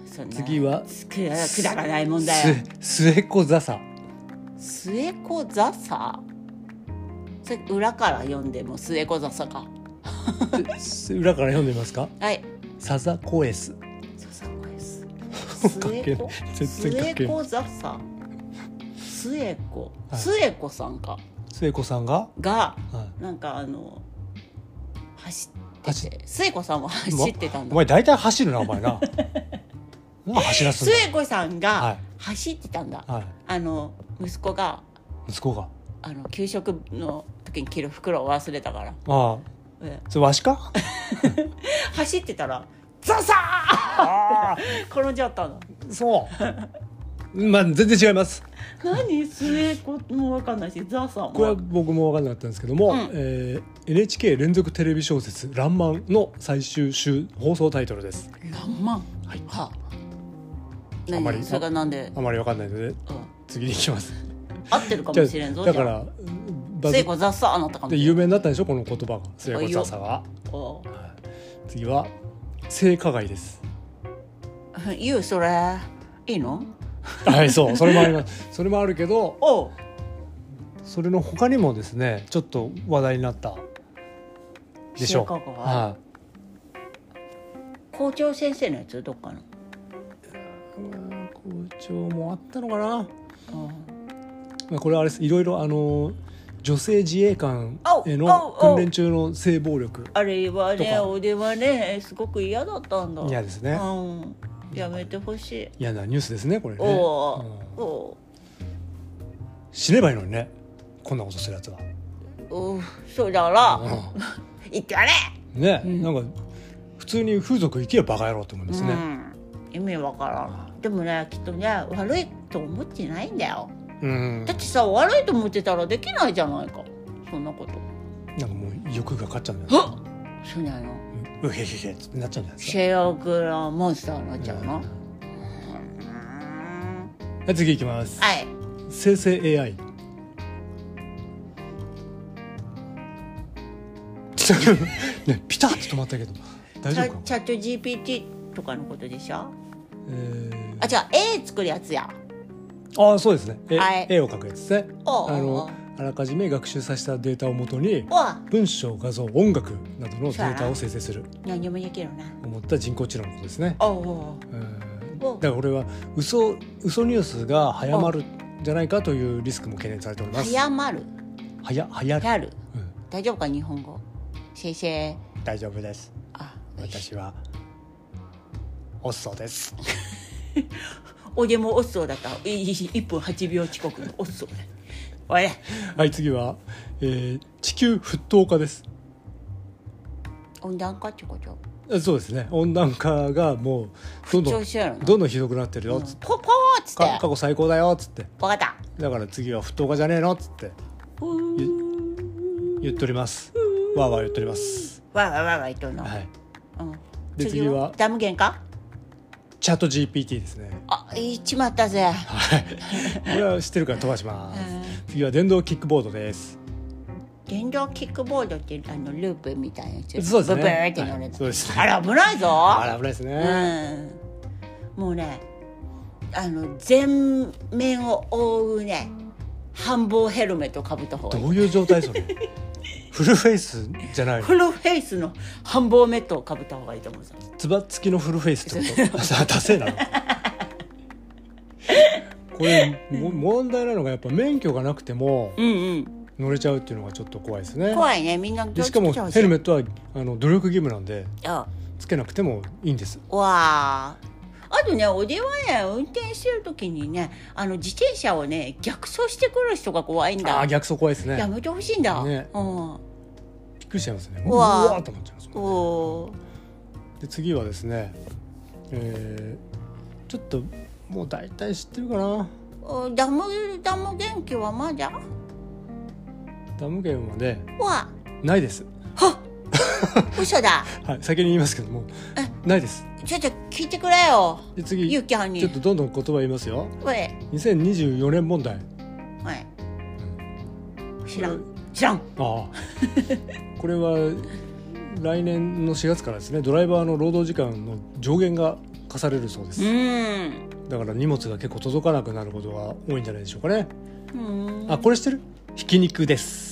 Speaker 1: そんな
Speaker 2: 次は
Speaker 1: くだくだらない問題よ
Speaker 2: す末っ子ザサ
Speaker 1: 末子ザサそれ裏から読んでも末子ザサか
Speaker 2: す裏から読んでみますか
Speaker 1: はい
Speaker 2: サザコエス
Speaker 1: ザサ子です
Speaker 2: 関係ない全然関
Speaker 1: 末
Speaker 2: 係な
Speaker 1: 子
Speaker 2: い
Speaker 1: ザサ末子
Speaker 2: はい
Speaker 1: 末子さんか
Speaker 2: 末子さんが、
Speaker 1: が
Speaker 2: は
Speaker 1: なんかあの走
Speaker 2: 走
Speaker 1: ってて末子さんも
Speaker 2: い、
Speaker 1: 走ってたん
Speaker 2: お
Speaker 1: だ
Speaker 2: 前大体走るなお前 ななんか走らすんだ
Speaker 1: 末子さん
Speaker 2: は
Speaker 1: が
Speaker 2: い
Speaker 1: 走ってたんだ、
Speaker 2: は
Speaker 1: あの息子が
Speaker 2: い息子が
Speaker 1: あの給食の時に着る袋を忘れたから、
Speaker 2: ああ
Speaker 1: うん
Speaker 2: それわしか
Speaker 1: 走ってたら「ザサ
Speaker 2: ああ
Speaker 1: ー!」転んじゃったの
Speaker 2: そうまあ全然違います
Speaker 1: 何末子も分かんないしザサも
Speaker 2: これは僕も分かんなかったんですけども、
Speaker 1: うん
Speaker 2: えー NHK 連続テレビ小説「らんまん」の最終週放送タイトルです
Speaker 1: らんまんはいはあ
Speaker 2: あんま
Speaker 1: 何
Speaker 2: り
Speaker 1: それがなんで、
Speaker 2: あまり分かんないので
Speaker 1: うん、
Speaker 2: 次に行きます
Speaker 1: 合ってるか
Speaker 2: じゃ
Speaker 1: も
Speaker 2: あ
Speaker 1: しれんぞ
Speaker 2: だか
Speaker 1: じゃ
Speaker 2: ら
Speaker 1: あ
Speaker 2: バズ
Speaker 1: 末子ザサーなったかも
Speaker 2: で
Speaker 1: し
Speaker 2: 有
Speaker 1: れない
Speaker 2: 名になったんでしょこの言葉が末子ザサが
Speaker 1: おう
Speaker 2: 次は性加害です
Speaker 1: 言うそれいいの
Speaker 2: はいそうそれもあ りますそれもあるけど
Speaker 1: おう
Speaker 2: それの他にもですねちょっと話題になったでしょう
Speaker 1: 性加害
Speaker 2: は
Speaker 1: 校長先生のやつどっかの
Speaker 2: いうん校長もあったのかな
Speaker 1: うん
Speaker 2: まあこれはあれですいろいろあの女性自衛官へ
Speaker 1: おう
Speaker 2: の
Speaker 1: おうおう
Speaker 2: 訓練中の性暴力
Speaker 1: あれは
Speaker 2: と
Speaker 1: ね
Speaker 2: か
Speaker 1: 俺はねすごく嫌だったんだ
Speaker 2: 嫌ですね
Speaker 1: うん、やめてほしい、
Speaker 2: 嫌なニュースですねこれね
Speaker 1: おお
Speaker 2: うん
Speaker 1: お
Speaker 2: 死ねばいいのにねこんなことするやつは
Speaker 1: うおうそうだら言ってやれ、
Speaker 2: ね、
Speaker 1: うん
Speaker 2: なんか普通に風俗行けよバカ野郎って思います
Speaker 1: う
Speaker 2: ね。
Speaker 1: ん、意味わからんでもねきっとね悪いと思ってないんだよ
Speaker 2: うん、
Speaker 1: だってさ悪いと思ってたらできないじゃないかそんなこと
Speaker 2: なんかもう欲が勝っちゃうんじゃ
Speaker 1: はっそうなの
Speaker 2: ないですか。うへへへってなっちゃうんじゃないですか。
Speaker 1: 性欲のモンスターになっちゃうの、
Speaker 2: う
Speaker 1: う
Speaker 2: ん
Speaker 1: ん
Speaker 2: はい、次行きます。
Speaker 1: はい
Speaker 2: 生成 AI。ね、ピタッと止まったけど大
Speaker 1: チ
Speaker 2: 丈夫
Speaker 1: ャ
Speaker 2: か
Speaker 1: チャット GPT とかのことでしょ
Speaker 2: え
Speaker 1: あじゃあ絵作るやつや
Speaker 2: ー、ああそうですねえ、
Speaker 1: はい
Speaker 2: 絵を描くやつですね
Speaker 1: おうおう
Speaker 2: あのあらかじめ学習させたデータをもとに
Speaker 1: わ
Speaker 2: 文章画像音楽などのデータを生成する
Speaker 1: 何でもできるな
Speaker 2: 思った人工知能のことですね
Speaker 1: おお
Speaker 2: うん
Speaker 1: お
Speaker 2: だからこれは嘘嘘ニュースが早まるんじゃないかというリスクも懸念されております
Speaker 1: 早まる
Speaker 2: はやはやる、
Speaker 1: やる
Speaker 2: うん
Speaker 1: 大丈夫か日本語先生
Speaker 2: 大丈夫です
Speaker 1: あ
Speaker 2: 私はおっそうです
Speaker 1: おでもおっそうだったいいいい1分8秒遅刻のおっそうだおい
Speaker 2: はい次は、えー地球沸騰化です
Speaker 1: 温暖化ってこと
Speaker 2: あそうですね温暖化がもうどんど
Speaker 1: 調
Speaker 2: ん
Speaker 1: 子やろな
Speaker 2: どんどんひどくなってるよ
Speaker 1: うん
Speaker 2: つって
Speaker 1: ポポーっつって
Speaker 2: か過去最高だよっつって
Speaker 1: わかった
Speaker 2: だから次は沸騰化じゃねえのっつって
Speaker 1: うー
Speaker 2: 言っとりますわーわー言っとります
Speaker 1: わーわーわーわー言っとるの、
Speaker 2: はい
Speaker 1: うん
Speaker 2: で次は
Speaker 1: ダムゲンか
Speaker 2: チャット GPT ですね
Speaker 1: あ言っちまったぜ
Speaker 2: はいこれは知ってるから飛ばします次は電動キックボードです
Speaker 1: 電動キックボードってあのループみたいなやつ
Speaker 2: そうですね
Speaker 1: ブブーって乗るの、
Speaker 2: はいそうですね
Speaker 1: あれ危ないぞ
Speaker 2: あら危ないですね
Speaker 1: うんもうねあの全面を覆うね繁忙ヘルメットかぶった方がい
Speaker 2: ど
Speaker 1: いう
Speaker 2: いう状態そ れフルフェイスじ ゃないの
Speaker 1: フルフェイスの繁忙メットをかぶった方がいいと思うぞ
Speaker 2: つばつきのフルフェイスってこと さあダセえなこれも問題なのがやっぱ免許がなくても
Speaker 1: うんうん
Speaker 2: 乗れちゃうっていうのがちょっと怖いですね
Speaker 1: 怖いねみんな
Speaker 2: でしかもヘルメ
Speaker 1: ッ
Speaker 2: ットはあの努力義務なんで
Speaker 1: トわ
Speaker 2: つけなくてもいいんです
Speaker 1: ああとねおではね運転してる時にねあの自転車をね逆走してくる人が怖いんだ
Speaker 2: ああ逆走怖いです
Speaker 1: や
Speaker 2: ね
Speaker 1: めてほしいんだ、
Speaker 2: ね
Speaker 1: うん
Speaker 2: びっくりしちゃいますね
Speaker 1: う
Speaker 2: う
Speaker 1: わ
Speaker 2: わ
Speaker 1: ー
Speaker 2: ーっと思っちゃいますもんね
Speaker 1: おー
Speaker 2: で次はですねえー、ちょっともう大体知ってるかな
Speaker 1: おダムダム元気はまだ
Speaker 2: ダムゲームはね
Speaker 1: わ
Speaker 2: ないです
Speaker 1: 嘘だ
Speaker 2: はい先に言いますけどもないです
Speaker 1: ちょっと聞いてくれよ
Speaker 2: で次
Speaker 1: ゆうきはんに
Speaker 2: ちょっとどんどん言葉言いますよ
Speaker 1: おい
Speaker 2: 2024年問題
Speaker 1: おい知らん知らん
Speaker 2: ああこれは来年の4月からですねドライバーの労働時間の上限が課されるそうで
Speaker 1: う
Speaker 2: す
Speaker 1: ーん
Speaker 2: だから荷物が結構届かなくなることが多いんじゃないでしょうかね
Speaker 1: うーん
Speaker 2: あこれしてるひき肉です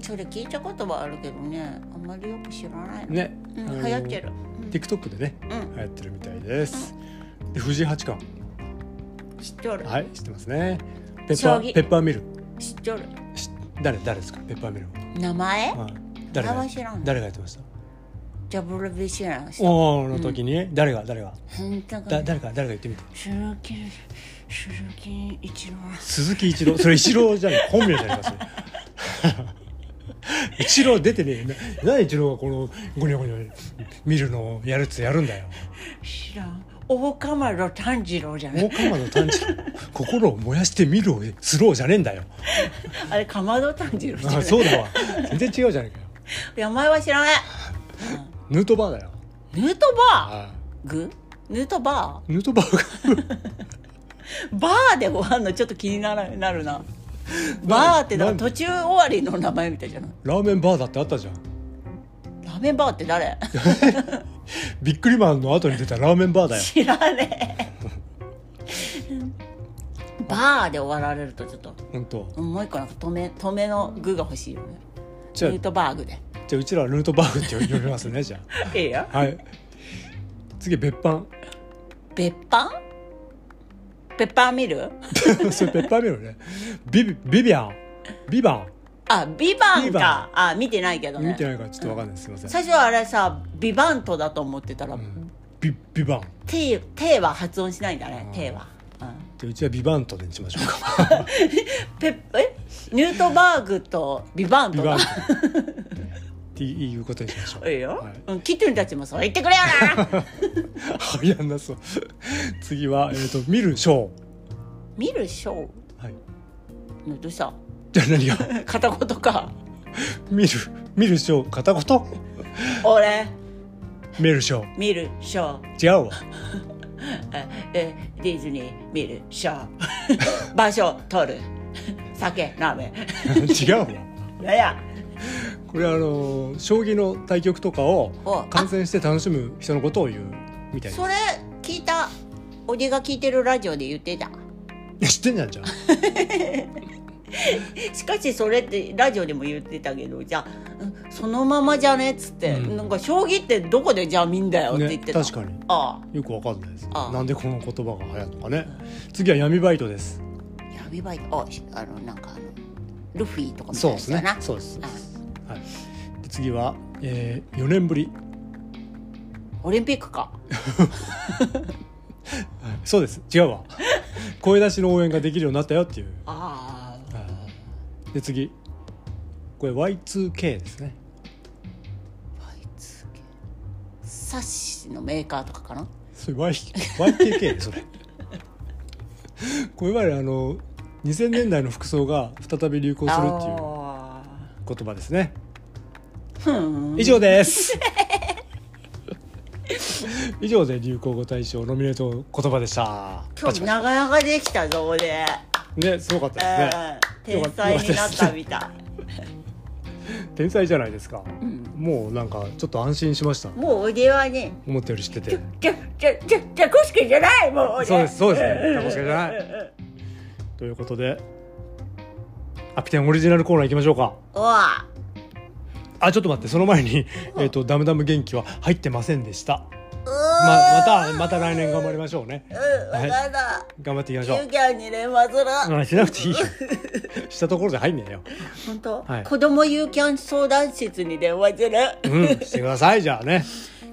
Speaker 1: それ聞いたことはあるけどねあんまりよく知らないの、
Speaker 2: ね、
Speaker 1: う
Speaker 2: あ
Speaker 1: ん、
Speaker 2: の
Speaker 1: 流行ってる、
Speaker 2: TikTok でね
Speaker 1: うん
Speaker 2: 流行ってるみたいですで藤井八冠
Speaker 1: うん、知っとる
Speaker 2: はい知ってますねペッパ
Speaker 1: 将棋
Speaker 2: ーペッパーミル
Speaker 1: 知っとる
Speaker 2: し誰誰ですかペッパーミルは
Speaker 1: 名前
Speaker 2: はい誰
Speaker 1: 名
Speaker 2: が
Speaker 1: 前知らんの
Speaker 2: 誰がやってました
Speaker 1: WBC なの人
Speaker 2: おおの時に、誰が誰が
Speaker 1: 本当
Speaker 2: だ
Speaker 1: か
Speaker 2: 誰か誰が言ってみて
Speaker 1: 鈴木鈴木一郎
Speaker 2: 鈴木一郎それ一郎じゃ ない本名じゃないかそれ一郎出てねえな何一郎がこのゴニョゴニョ見るのをやるっつやるんだよ
Speaker 1: 知らん大釜の炭治郎じゃない
Speaker 2: 大釜の探知心を燃やして見るをスローじゃねえんだよ
Speaker 1: あれかまど炭治郎じゃな
Speaker 2: あ
Speaker 1: い
Speaker 2: そうだわ全然違うじゃねえかよ
Speaker 1: 名前は知らない
Speaker 2: ヌートバーだよ
Speaker 1: ヌートバ
Speaker 2: あ
Speaker 1: ーグヌートバ
Speaker 2: ヌートバーが
Speaker 1: ーバーでご飯のちょっと気にならなるなバーってだから途中終わりの名前みたいじゃない
Speaker 2: ラーメンバーだってあったじゃん
Speaker 1: ラーメンバーって誰
Speaker 2: ビックリマンの後に出たラーメンバーだよ
Speaker 1: 知らねえ バーで終わられるとちょっと
Speaker 2: 本当。
Speaker 1: うんもう一個なんか止め止めの具が欲しいよね
Speaker 2: じ
Speaker 1: ヌ
Speaker 2: ゃあ
Speaker 1: ートバーグで
Speaker 2: じゃあうちらはヌートバーグって呼びますねじゃ
Speaker 1: ええよ
Speaker 2: あはい次別班
Speaker 1: 別班ペッパーミル
Speaker 2: それペッパーミルねビビビビアンビバン
Speaker 1: あビバン
Speaker 2: ビ
Speaker 1: か
Speaker 2: バ
Speaker 1: あ見てないけどね
Speaker 2: 見てないからちょっとわかんないすいません
Speaker 1: 最初はあれさビバントだと思ってたら、
Speaker 2: ビビバン
Speaker 1: 手手は発音しないんだね
Speaker 2: うん
Speaker 1: 手は、うん
Speaker 2: じゃあうちはビバントでにしましょうか
Speaker 1: ペえニュートバーグとビバン
Speaker 2: ビ
Speaker 1: ト
Speaker 2: バ
Speaker 1: だ
Speaker 2: ントっていうことにしましょ う
Speaker 1: いいよ、
Speaker 2: はい
Speaker 1: うん、キトゥンたちもそう言ってくれよ な
Speaker 2: 早んなそう次はえっ、と見るショー
Speaker 1: 見るショ
Speaker 2: はい
Speaker 1: ーねどうした
Speaker 2: じゃあ何が
Speaker 1: 片言か
Speaker 2: 見る見るショー片言
Speaker 1: 俺
Speaker 2: 見るショ
Speaker 1: 見るショー
Speaker 2: ー違うわ
Speaker 1: ええディズニー見るショ ー場所取る酒ラーメン
Speaker 2: 違うわ
Speaker 1: なんや
Speaker 2: これはあのー将棋の対局とかを
Speaker 1: お
Speaker 2: 観戦して楽しむ人のことを言うみたい
Speaker 1: それ聞いたおじが聞いてるラジオで言ってた
Speaker 2: な知ってんじゃんじゃん
Speaker 1: しかしそれってラジオでも言ってたけどじゃあうんそのままじゃねっつって、
Speaker 2: うん
Speaker 1: なんか将棋ってどこでじゃあ見んだよって言ってた、
Speaker 2: 確かに
Speaker 1: あ
Speaker 2: よくわかんないです
Speaker 1: ああ
Speaker 2: なんでこの言葉が流行ったのかね次は闇バイトです
Speaker 1: あ闇バイトあしあのなんかあのルフィとかみた
Speaker 2: そ
Speaker 1: いうな
Speaker 2: で
Speaker 1: やつ
Speaker 2: す
Speaker 1: だ
Speaker 2: ね
Speaker 1: な
Speaker 2: そうですそうですはい、で次は、えー、4年ぶり
Speaker 1: オリンピック か
Speaker 2: そうです違うわ声出しの応援ができるようになったよっていう
Speaker 1: ああ
Speaker 2: はいで次これ Y2K ですね
Speaker 1: バイツ系サッシのメーカーとかかな
Speaker 2: それ y YKK それこれはあの2000年代の服装が再び流行するっていう
Speaker 1: あ
Speaker 2: 言葉ですね
Speaker 1: ーふん
Speaker 2: 以上です以上で流行語大賞ノミネート言葉でした
Speaker 1: 今日長々できたぞ俺、
Speaker 2: ねすごかったですね、
Speaker 1: えー、天才になったみたい
Speaker 2: 天才じゃないですか、
Speaker 1: ん
Speaker 2: もうなんかちょっと安心しました
Speaker 1: もう俺はね
Speaker 2: 思ったより知ってて
Speaker 1: じゃじゃじゃじゃこしくじゃないもう俺
Speaker 2: そうですそうですねタコスケじゃないということでアピテンオリジナルコーナー行きましょうか
Speaker 1: おわ
Speaker 2: あちょっと待ってその前に「 えっとダムダム元気」は入ってませんでした
Speaker 1: う
Speaker 2: ま
Speaker 1: わ
Speaker 2: またまた来年頑張りましょうね
Speaker 1: うんわかった
Speaker 2: 頑張っていきましょ
Speaker 1: ゆきゃんに連話する
Speaker 2: ううんしなくていい よしたところで入んねえよ
Speaker 1: 本当、
Speaker 2: はい
Speaker 1: 子供ゆきゃん相談室に電話する
Speaker 2: うんしてくださいじゃあね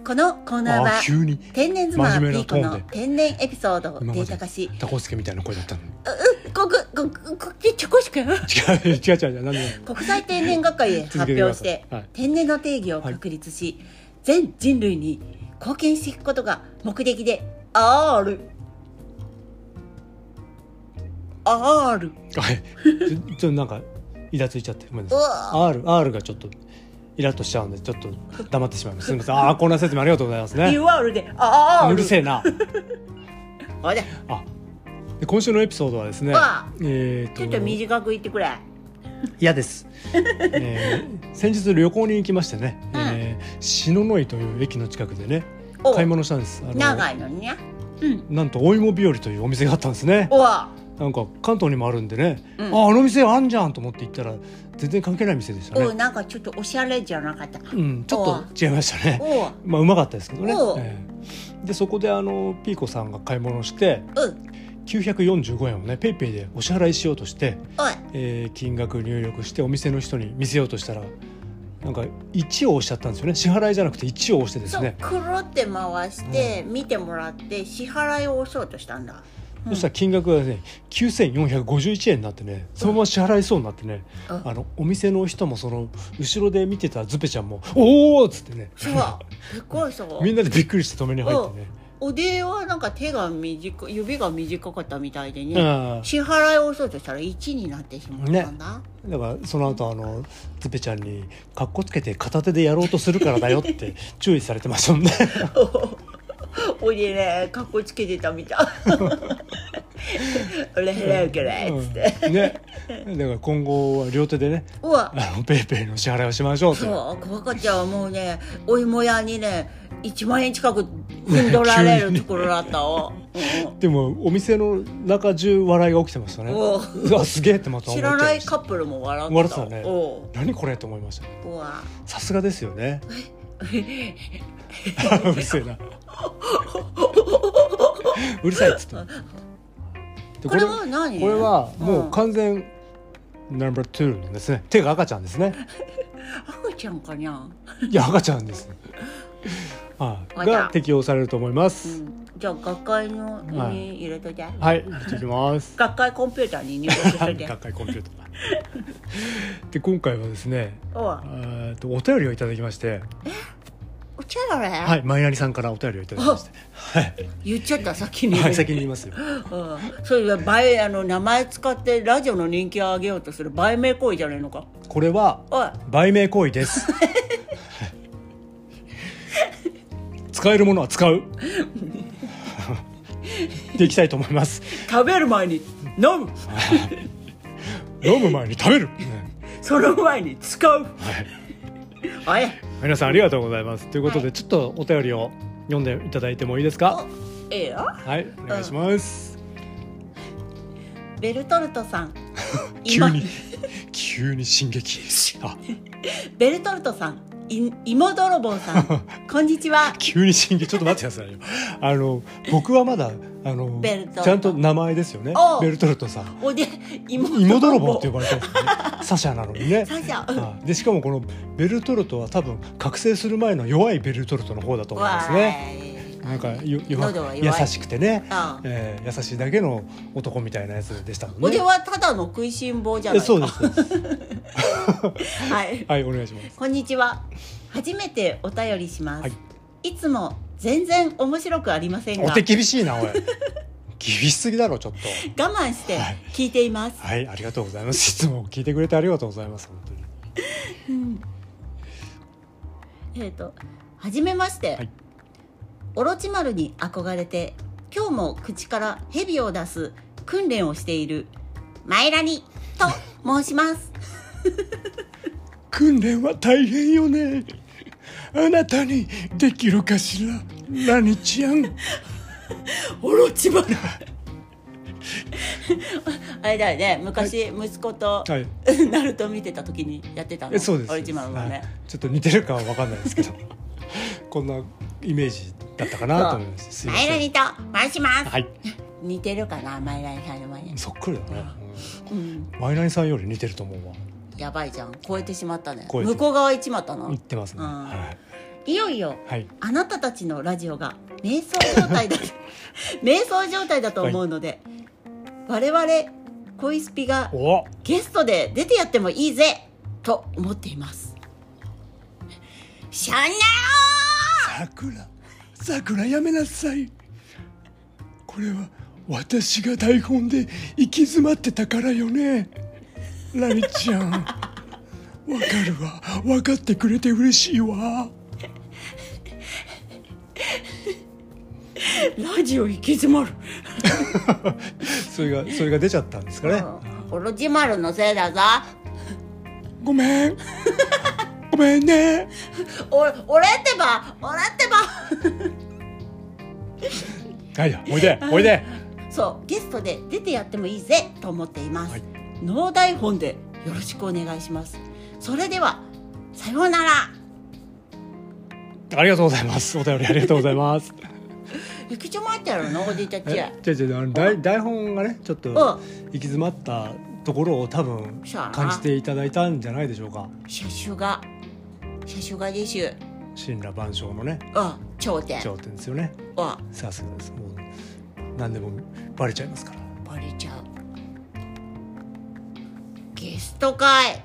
Speaker 1: このコーナー
Speaker 2: あ
Speaker 1: は
Speaker 2: 急に
Speaker 1: 天然妻
Speaker 2: 真
Speaker 1: ピ
Speaker 2: 面目な
Speaker 1: ー
Speaker 2: ト
Speaker 1: コ
Speaker 2: ーンで
Speaker 1: の天然エピソードをデ
Speaker 2: 今ま
Speaker 1: ータ
Speaker 2: で
Speaker 1: 化し
Speaker 2: タコスケみたいな声だったのに
Speaker 1: うこくこくこくちょこしくん
Speaker 2: 違う 違う違う違う何でもない
Speaker 1: 国際天然学会へ発表して
Speaker 2: 続けてくださいはい
Speaker 1: 天然の定義を確立し、全人類に貢献していくことが目的で R R
Speaker 2: はいちょちょっとなんかイラついちゃってごめんな
Speaker 1: う
Speaker 2: さい
Speaker 1: わ
Speaker 2: R, R がちょっとイラッとしちゃうんでちょっと黙ってしまいますすみませんああこんな説明ありがとうございますね
Speaker 1: UR で R
Speaker 2: うるせえな
Speaker 1: あれ
Speaker 2: あで今週のエピソードはですね
Speaker 1: わあ
Speaker 2: えー、
Speaker 1: ちょっと短く言ってくれ
Speaker 2: 嫌です、えー先日旅行に行きましてね、
Speaker 1: うん
Speaker 2: えー篠ノ井という駅の近くでね
Speaker 1: お
Speaker 2: 買い物したんですあの
Speaker 1: 長いのにねうん
Speaker 2: なんとお芋日和というお店があったんですね
Speaker 1: おわ
Speaker 2: なんか関東にもあるんでね、
Speaker 1: うん
Speaker 2: ああの店あんじゃんと思って行ったら全然関係ない店でした
Speaker 1: おう
Speaker 2: ね
Speaker 1: なんかちょっとおしゃれじゃなかった
Speaker 2: うんちょっと違いましたね
Speaker 1: おう
Speaker 2: まあうまかったですけどね
Speaker 1: おう、
Speaker 2: ええでそこであのピーコさんが買い物をして
Speaker 1: うん
Speaker 2: 945円をねペイペイでお支払いしようとして、
Speaker 1: おい
Speaker 2: えー金額入力してお店の人に見せようとしたらなんか1を押しちゃったんですよね支払いじゃなくて1を押してです
Speaker 1: そう
Speaker 2: ね、
Speaker 1: くるって回して見てもらって支払いを押そうとしたんだうん
Speaker 2: そしたら金額がね9451円になってねそのまま支払いそうになってね、
Speaker 1: うん
Speaker 2: あのお店の人もその後ろで見てたズペちゃんも「おお!」っつってね
Speaker 1: そうびっくりした
Speaker 2: みんなでびっくりして止めに入ってね、
Speaker 1: おではなんか手が短い指が短かったみたいでね、
Speaker 2: うん
Speaker 1: 支払いを押そうとしたら1になってしまったんだ、
Speaker 2: だからその後あのズペちゃんに「かっこつけて片手でやろうとするからだよ」って注意されてましたも んね
Speaker 1: おでねかっこつけてたみ たい俺払うからっつって、
Speaker 2: うんねだから今後は両手でね
Speaker 1: うわ
Speaker 2: あのペイペイの支払いをしましょうって
Speaker 1: そう小若ちゃんはもうねお芋屋にね1万円近く踏んどられるところだったわ、 うん
Speaker 2: でもお店の中中笑いが起きてましたね
Speaker 1: お
Speaker 2: うわすげえってまた思
Speaker 1: 知
Speaker 2: っちゃ
Speaker 1: らない
Speaker 2: ま
Speaker 1: い
Speaker 2: し
Speaker 1: カ
Speaker 2: た
Speaker 1: ップルも笑って
Speaker 2: 笑ったてたね
Speaker 1: お
Speaker 2: 何これと思いました
Speaker 1: ううわ
Speaker 2: さすがですよねうるせえなうるさいっつってで
Speaker 1: これは何
Speaker 2: これはも
Speaker 1: ん
Speaker 2: う完全ナンバー2ですね手が赤ちゃんですね
Speaker 1: 赤ちゃんかにゃん
Speaker 2: いや赤ちゃんですねはい
Speaker 1: 赤ちゃん
Speaker 2: が適用されると思います、
Speaker 1: じゃあ学会の
Speaker 2: はい
Speaker 1: に入れといて、
Speaker 2: はい行ってきます
Speaker 1: 学会コンピューターに入力しといて
Speaker 2: 学会コンピューターで今回はですね
Speaker 1: おう
Speaker 2: えーとお便りをいただきまして
Speaker 1: お茶だれ、
Speaker 2: はいマイナリさんからお便りをいただきましてはい、
Speaker 1: 言っちゃった先に、
Speaker 2: はい、先に言いますよ
Speaker 1: うん、それは倍あの名前使ってラジオの人気を上げようとする売名行為じゃないのか
Speaker 2: これは
Speaker 1: おい
Speaker 2: 売名行為です 使えるものは使うでいきたいと思います
Speaker 1: 食べる前に飲む
Speaker 2: 飲む前に食べ る、
Speaker 1: その前に使う
Speaker 2: は
Speaker 1: お
Speaker 2: い、
Speaker 1: い
Speaker 2: 皆さんありがとうございますということで、ちょっとお便りを読んでいただいてもいいですか
Speaker 1: ええよ
Speaker 2: はいお願いします、
Speaker 1: ベルトルト さん
Speaker 3: 急
Speaker 1: 今
Speaker 3: に急に進撃あ
Speaker 1: ベルトルトさんい芋泥棒さ んこんにちは
Speaker 2: 急に進撃ちょっと待ってくださいよあの僕はまだあの
Speaker 1: ベルトルト
Speaker 2: ちゃんと名前ですよね
Speaker 1: おう
Speaker 2: ベルトルトさん
Speaker 1: おで芋
Speaker 2: 芋泥棒って呼ばれてますねサシャなのに ね
Speaker 1: サシャ
Speaker 2: はいでしかもこのベルトルトは多分覚醒する前の弱いベルトルトの方だと思うんですね
Speaker 1: わーい
Speaker 2: なんかよ弱
Speaker 1: 喉は
Speaker 2: 優
Speaker 1: 弱い
Speaker 2: しくてね、
Speaker 1: ああ
Speaker 2: えー優しいだけの男みたいなやつでしたもんね
Speaker 1: おではただの食いしん坊じゃな
Speaker 2: え
Speaker 1: い
Speaker 2: そう
Speaker 1: か
Speaker 2: ですそうです
Speaker 1: はい
Speaker 2: はいお願いします
Speaker 1: こんにちは初めてお便りします、
Speaker 2: はい
Speaker 1: い、つも全然面白くありません
Speaker 2: お
Speaker 1: が
Speaker 2: 手厳しいなおい 厳しすぎだろちょっと
Speaker 1: 我慢して聞いています、
Speaker 2: はいありがとうございますいつも聞いてくれてありがとうございます本当に
Speaker 1: えっ、と初めまして、
Speaker 2: はい
Speaker 1: オロチマルに憧れて今日も口から蛇を出す訓練をしているマイラニと申します
Speaker 3: 訓練は大変よねあなたにできるかしらラニちゃん
Speaker 1: オロチマル あれだよね昔、息子と、
Speaker 2: はい
Speaker 1: ナルト見てた時にやってたの
Speaker 2: えそうです
Speaker 1: オロチマルも
Speaker 2: はい
Speaker 1: ね、
Speaker 2: ちょっと似てるかは分かんないですけど こんなイメージだったかなと思いますすいま
Speaker 1: マイラ
Speaker 2: せん
Speaker 1: ニと申します、
Speaker 2: はい
Speaker 1: 似てるかなマイラニさんの前に、
Speaker 2: そっくりだね、
Speaker 1: うん、
Speaker 2: うん、マイナイさんより似てると思うわ
Speaker 1: やばいじゃん超えてしまったね
Speaker 2: 超えてる
Speaker 1: 向こう側行っちまった
Speaker 2: 言
Speaker 1: の
Speaker 2: ってますね、
Speaker 1: うん
Speaker 2: はい
Speaker 1: よいよ
Speaker 2: はい
Speaker 1: あなたたちのラジオが瞑想状態 だ瞑想状態だと思うので、我々恋スピが
Speaker 2: いお
Speaker 1: ゲストで出てやってもいいぜと思っていますシャンナ
Speaker 3: 桜桜やめなさいこれは私が台本で行き詰まってたからよねラニちゃんわかるわ分かってくれて嬉しいわ
Speaker 1: ーラジオ行き詰まる
Speaker 2: それがそれが出ちゃったんですかね、
Speaker 1: オロジマルのせいだぞ
Speaker 3: ごめん ごめんね
Speaker 1: お俺ってば俺ってば
Speaker 2: はいやおいでおいで
Speaker 1: そうゲストで出てやってもいいぜと思っています、
Speaker 2: はい
Speaker 1: 脳台本でよろしくお願いしますそれではさようなら
Speaker 2: ありがとうございますお便りありがとうございます
Speaker 1: ゆきちょまってやろのおじいたち
Speaker 2: え違う違うあの台台本がねちょっと
Speaker 1: ん
Speaker 2: 行き詰まったところを多分
Speaker 1: そうやな
Speaker 2: 感じていただいたんじゃないでしょうか
Speaker 1: 車種が車種がです
Speaker 2: 神羅万象のね
Speaker 1: あ頂点
Speaker 2: 頂点ですよね
Speaker 1: あ
Speaker 2: さすがですもう何でもバレちゃいますから
Speaker 1: バレちゃうゲスト会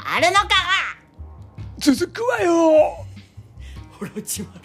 Speaker 1: あるのか
Speaker 3: 続くわよ
Speaker 1: オロチマル